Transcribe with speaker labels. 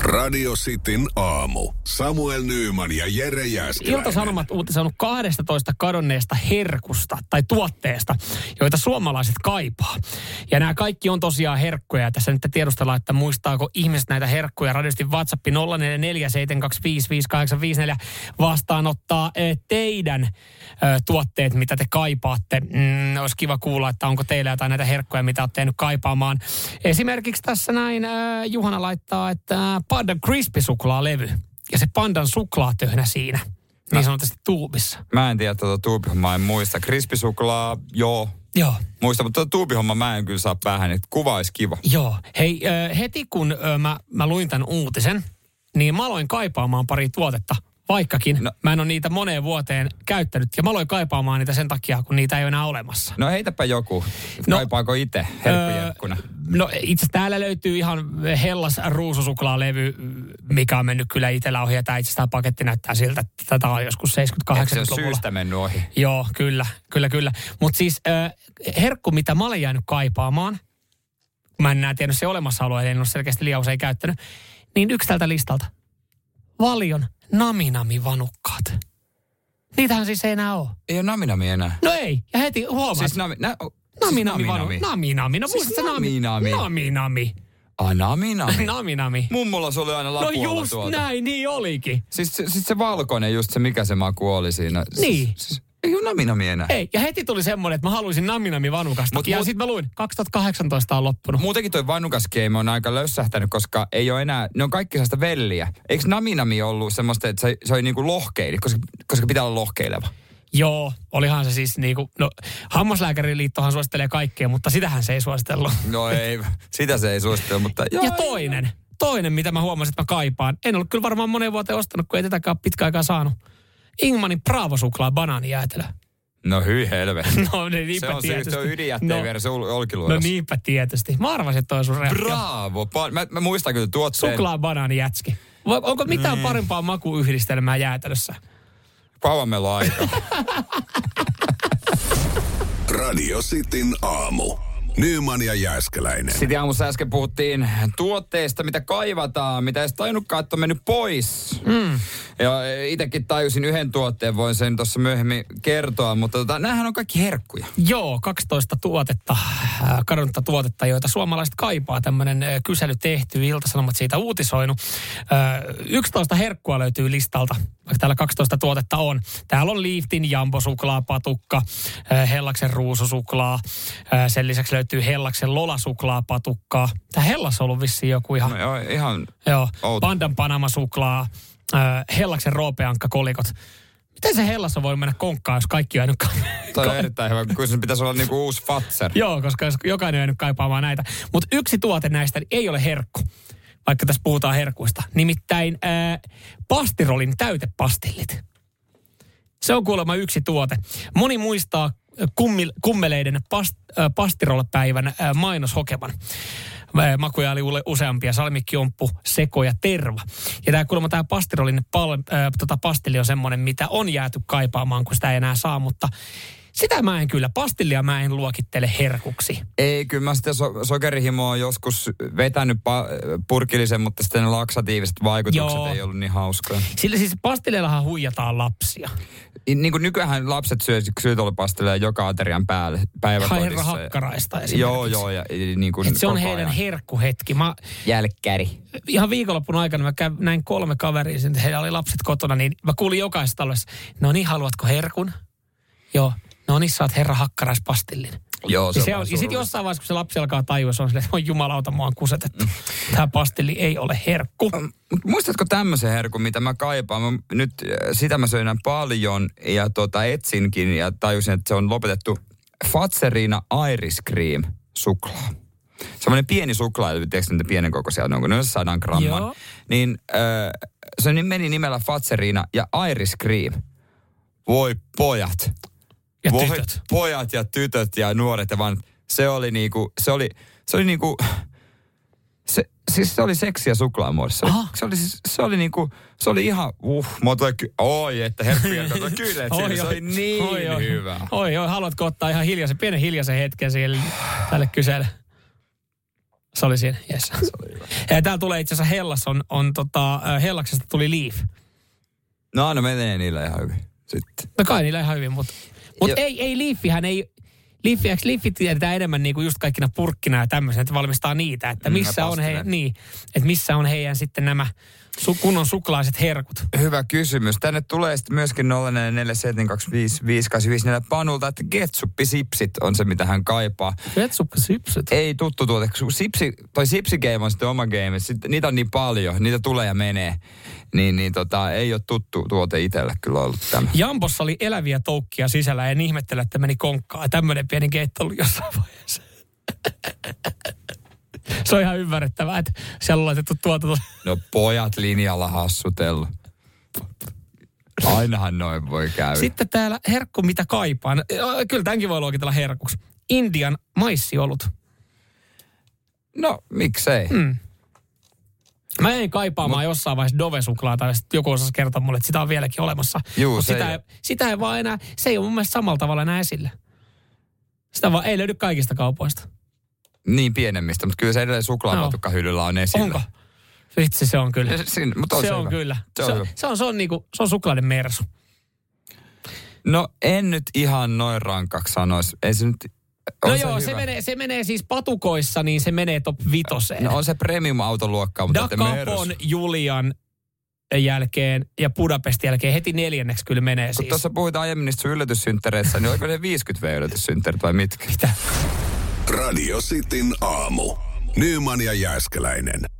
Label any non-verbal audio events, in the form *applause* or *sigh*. Speaker 1: Radio Cityn aamu. Samuel Nyyman ja Jere Jääskeläinen.
Speaker 2: Ilta-Sanomat uutisoinut 12 kadonneesta herkusta tai tuotteesta, joita suomalaiset kaipaa. Ja nämä kaikki on tosiaan herkkuja. Ja Tässä nyt tiedustellaan, että muistaako ihmiset näitä herkkuja. Radiosti WhatsApp 0447255854 vastaanottaa eh, teidän eh, tuotteet, mitä te kaipaatte. Mm, olisi kiva kuulla, että onko teillä jotain näitä herkkuja, mitä olette jäänyt kaipaamaan. Esimerkiksi tässä näin eh, Juhana laittaa, että Panda Crispy-suklaalevy ja se pandan suklaatöhnä siinä, niin sanotusti tuubissa.
Speaker 3: Mä en tiedä tuota tuubihommaa, en muista. Krispisuklaa, joo,
Speaker 2: Joo.
Speaker 3: muista, mutta tuota tuubihomma mä en kyllä saa päähän, että kuva olisi kiva.
Speaker 2: Joo. Hei, ö, heti kun ö, mä, mä luin tämän uutisen, niin mä aloin kaipaamaan pari tuotetta. Vaikkakin no.
Speaker 3: No.
Speaker 2: mä en ole niitä moneen vuoteen käyttänyt. Ja mä aloin kaipaamaan niitä sen takia, kun niitä ei ole enää olemassa.
Speaker 3: No heitäpä joku,
Speaker 2: No,
Speaker 3: no, kaipaako itse herkkujerkkuna?
Speaker 2: Öö, no itse asiassa täällä löytyy ihan Hellas ruususuklaalevy, mikä on mennyt kyllä itsellä ohi. Ja tämä itse asiassa tää paketti näyttää siltä, että tätä on joskus
Speaker 3: Eikö se ole
Speaker 2: 70-80-luvulla.
Speaker 3: syystä mennyt ohi?
Speaker 2: Joo, kyllä, kyllä, kyllä. Mutta siis äh, herkku, mitä mä olen jäänyt kaipaamaan, kun mä en enää tiennyt se olemassaoloa, eli en ole selkeästi liian usein käyttänyt, niin yksi tältä listalta. Valion naminami-vanukkaat. Niitähän siis ei enää ole.
Speaker 3: Ei ole naminami enää.
Speaker 2: No ei, ja heti huomaat.
Speaker 3: Siis
Speaker 2: Siis
Speaker 3: nami, nä, o- siis
Speaker 2: Naminami-vanukkaat. Naminami, no
Speaker 3: Siis
Speaker 2: muistatko nami-
Speaker 3: naminami.
Speaker 2: Naminami. *laughs*
Speaker 3: Ah, naminami.
Speaker 2: Naminami.
Speaker 3: Mummolla se oli aina
Speaker 2: No
Speaker 3: lapualla
Speaker 2: just
Speaker 3: tuota.
Speaker 2: näin, niin olikin.
Speaker 3: Siis, se- siis se valkoinen, just se mikä se maku oli siinä. Siis,
Speaker 2: Niin.
Speaker 3: Siis, ei ole naminami enää.
Speaker 2: Ei, ja heti tuli semmoinen, että mä haluaisin naminami-vanukasta.
Speaker 3: Mut
Speaker 2: ja
Speaker 3: mut-
Speaker 2: sitten mä luin, 2018 on loppunut.
Speaker 3: Muutenkin toi vanukaskeimi on aika lössähtänyt, koska ei ole enää, ne on kaikki sellaista velliä. Eikö naminami ollut semmoista, että se, se oli niinku lohkeili, koska, koska pitää olla lohkeileva?
Speaker 2: Joo, olihan se siis niinku, no hammaslääkäriliittohan suosittelee kaikkea, mutta sitähän se ei suositellut.
Speaker 3: No ei, sitä se ei suosittele, mutta joo.
Speaker 2: Ja toinen, toinen mitä mä huomasin, että mä kaipaan. En ollut kyllä varmaan moneen vuoteen ostanut, kun ei tätäkään pitkään aikaa saanut. Ingmanin Bravo-suklaa banaanijäätelö.
Speaker 3: No hyi helvetti.
Speaker 2: No niin, *laughs* niinpä
Speaker 3: se on
Speaker 2: tietysti.
Speaker 3: se, se on ydinjätteen no. vieressä ol-
Speaker 2: no, no
Speaker 3: olkiluodossa.
Speaker 2: niinpä tietysti. Mä arvasin, että toi on sun reaktio.
Speaker 3: Bravo. Pa- mä, mä, muistan kyllä tuotteen.
Speaker 2: Suklaa banaanijätski. Va- Onko
Speaker 3: Niin.
Speaker 2: mitään parempaa makuyhdistelmää jäätelössä?
Speaker 3: Kauan meillä on aikaa.
Speaker 1: Radio Cityn aamu. Nyman ja Jääskeläinen.
Speaker 3: Sitten aamussa äsken puhuttiin tuotteista, mitä kaivataan, mitä ei tajunnutkaan, että on mennyt pois. Mm. Ja itsekin tajusin yhden tuotteen, voin sen tuossa myöhemmin kertoa, mutta tota, näähän on kaikki herkkuja.
Speaker 2: Joo, 12 tuotetta, äh, kadonnutta tuotetta, joita suomalaiset kaipaa. Tämmöinen äh, kysely tehty, Ilta-Sanomat siitä uutisoinut. Äh, 11 herkkua löytyy listalta, vaikka täällä 12 tuotetta on. Täällä on Liiftin jambosuklaa, patukka, äh, Hellaksen ruususuklaa. Äh, Sen lisäksi löytyy Hellaksen lolasuklaa, patukkaa. Tämä Hellas on ollut vissiin joku ihan...
Speaker 3: No, joo, ihan
Speaker 2: Joo,
Speaker 3: Outo.
Speaker 2: Pandan Panama-suklaa, äh, Hellaksen roopeankka-kolikot. Miten se Hellas on voinut mennä konkkaan, jos kaikki on jäänyt *laughs* ka-
Speaker 3: toi on erittäin hyvä, kun sen pitäisi olla niinku uusi Fatser.
Speaker 2: Joo, koska jos jokainen on jäänyt kaipaamaan näitä. Mutta yksi tuote näistä ei ole herkku, vaikka tässä puhutaan herkuista. Nimittäin ää, pastirolin täytepastillit. Se on kuulemma yksi tuote. Moni muistaa kummil, kummeleiden past, äh, pastirolpäivän äh, mainoshokeman. Äh, Makuja oli ule- useampia, salmikiumppu, seko ja terva. Ja tämä kuulemma tämä pastirolin pal, äh, tota pastilli on semmoinen, mitä on jääty kaipaamaan, kun sitä ei enää saa, mutta sitä mä en kyllä, pastillia mä en luokittele herkuksi.
Speaker 3: Ei, kyllä mä sitä so- sokerihimoa on joskus vetänyt pa- purkillisen, mutta sitten ne laksatiiviset vaikutukset
Speaker 2: Joo.
Speaker 3: ei ollut niin hauskoja.
Speaker 2: Sillä siis pastillellahan huijataan lapsia.
Speaker 3: Niin kuin nykyään lapset syö syytolipasteleja joka aterian päälle päiväkodissa.
Speaker 2: Herra Hakkaraista esimerkiksi.
Speaker 3: Joo, joo. Ja, ja niin kuin
Speaker 2: Et se on
Speaker 3: koko
Speaker 2: heidän
Speaker 3: ajan.
Speaker 2: herkkuhetki. Mä,
Speaker 3: Jälkkäri.
Speaker 2: ihan viikonloppun aikana mä kävin, näin kolme kaveria, sen- heillä oli lapset kotona, niin mä kuulin jokaisesta talossa, no niin, haluatko herkun? Joo. No niin, saat herra
Speaker 3: No
Speaker 2: hakkaraispastillin.
Speaker 3: Joo,
Speaker 2: Se on, ja sitten jossain vaiheessa, kun se lapsi alkaa tajua, se on silleen, että voi jumalauta, mua on kusetettu.
Speaker 3: Mm.
Speaker 2: Tämä pastilli ei ole herkku.
Speaker 3: Mut muistatko tämmöisen herkun, mitä mä kaipaan? Mä nyt äh, sitä mä söin enää paljon ja tota, etsinkin ja tajusin, että se on lopetettu Fatserina Iris Cream suklaa. Semmoinen pieni suklaa, tiedätkö niitä pienen kokoisia, ne onko ne 100 gramman.
Speaker 2: Joo.
Speaker 3: Niin äh, se ni- meni nimellä Fatserina ja Iris Cream. Voi pojat.
Speaker 2: Ja
Speaker 3: Voi
Speaker 2: tytöt.
Speaker 3: pojat ja tytöt ja nuoret ja vanhat. Se oli niinku, se oli, se oli niinku, se, siis se oli seksiä suklaamuodossa. Se oli,
Speaker 2: Aha.
Speaker 3: se oli, siis- se oli niinku, se oli ihan, uh, mä tulee, ky- oi, että herkkuja, kato,
Speaker 2: *laughs*
Speaker 3: kyllä, että siellä, se oli niin hyvä.
Speaker 2: Oi, oi, haluatko ottaa ihan hiljaisen, pienen hiljaisen hetken siellä tälle kyselle? Se oli siinä, yes. Ja täällä tulee itse asiassa Hellas on, on tota, ö, Hellaksesta tuli Leaf.
Speaker 3: No aina menee niillä ihan hyvin. Sitten.
Speaker 2: No kai niillä ihan hyvin, mutta mut
Speaker 3: Joo.
Speaker 2: ei, ei Leafihän ei... Leafi, eikö Leafi tiedetään enemmän niinku just kaikkina purkkina ja tämmöisenä, että valmistaa niitä, että
Speaker 3: Mm,
Speaker 2: missä
Speaker 3: ja
Speaker 2: on, he,
Speaker 3: pasteleen.
Speaker 2: niin, että missä on heidän sitten nämä su, kunnon suklaiset herkut.
Speaker 3: Hyvä kysymys. Tänne tulee sitten myöskin 0447255854 Panulta, että ketsuppisipsit on se, mitä hän kaipaa.
Speaker 2: Vetsuppa sipset.
Speaker 3: Ei tuttu tuote, kun sipsi, toi sipsigame on sitten oma game. Sitten, niitä on niin paljon, niitä tulee ja menee. Niin, niin tota, ei ole tuttu tuote itselle kyllä ollut tämä.
Speaker 2: Jambossa oli eläviä toukkia sisällä, en ihmettele, että meni konkkaan. Tämmöinen pieni keitto oli jossain vaiheessa. *laughs* Se on ihan ymmärrettävää, että siellä on laitettu tuota tuotanto.
Speaker 3: No pojat linjalla hassutellut. Ainahan noin voi käydä.
Speaker 2: Sitten täällä herkku, mitä kaipaan. Ö, Kyllä tämänkin voi luokitella herkuksi. Indian maissiolut.
Speaker 3: No, miksei.
Speaker 2: Mm. Mä jäin kaipaamaan jossain vaiheessa Dove-suklaata, ja sit joku osasi kertoa mulle, että sitä on vieläkin olemassa.
Speaker 3: Juu,
Speaker 2: Mut
Speaker 3: se
Speaker 2: sitä,
Speaker 3: ei
Speaker 2: ei, sitä ei vaan enää, se ei ole mun mielestä samalla tavalla enää esillä. Sitä vaan ei löydy kaikista kaupoista.
Speaker 3: Niin pienemmistä, mutta kyllä se edelleen suklaamatukka hyllyllä on esillä.
Speaker 2: Onko? Vitsi, se on kyllä.
Speaker 3: Se- Siinä, mutta on
Speaker 2: se, on
Speaker 3: hyvä.
Speaker 2: kyllä.
Speaker 3: Se on hyvä.
Speaker 2: se on, se on, niinku, se on suklaiden mersu.
Speaker 3: No en nyt ihan noin rankaksi sanoisi. Ei se nyt... on
Speaker 2: No joo, se
Speaker 3: hyvä.
Speaker 2: menee, se menee siis patukoissa, niin se menee top vitoseen.
Speaker 3: No on se premium-autoluokkaa, mutta että
Speaker 2: Dakapon,
Speaker 3: Mersu.
Speaker 2: Julian jälkeen ja Budapestin jälkeen heti neljänneksi kyllä menee
Speaker 3: Kun
Speaker 2: siis.
Speaker 3: tuossa puhuit aiemmin niistä sun yllätyssynttäreissä, niin oliko ne 50 yllätyssynttärit vai mitkä?
Speaker 1: Radio Cityn aamu. Nyman ja Jääskeläinen.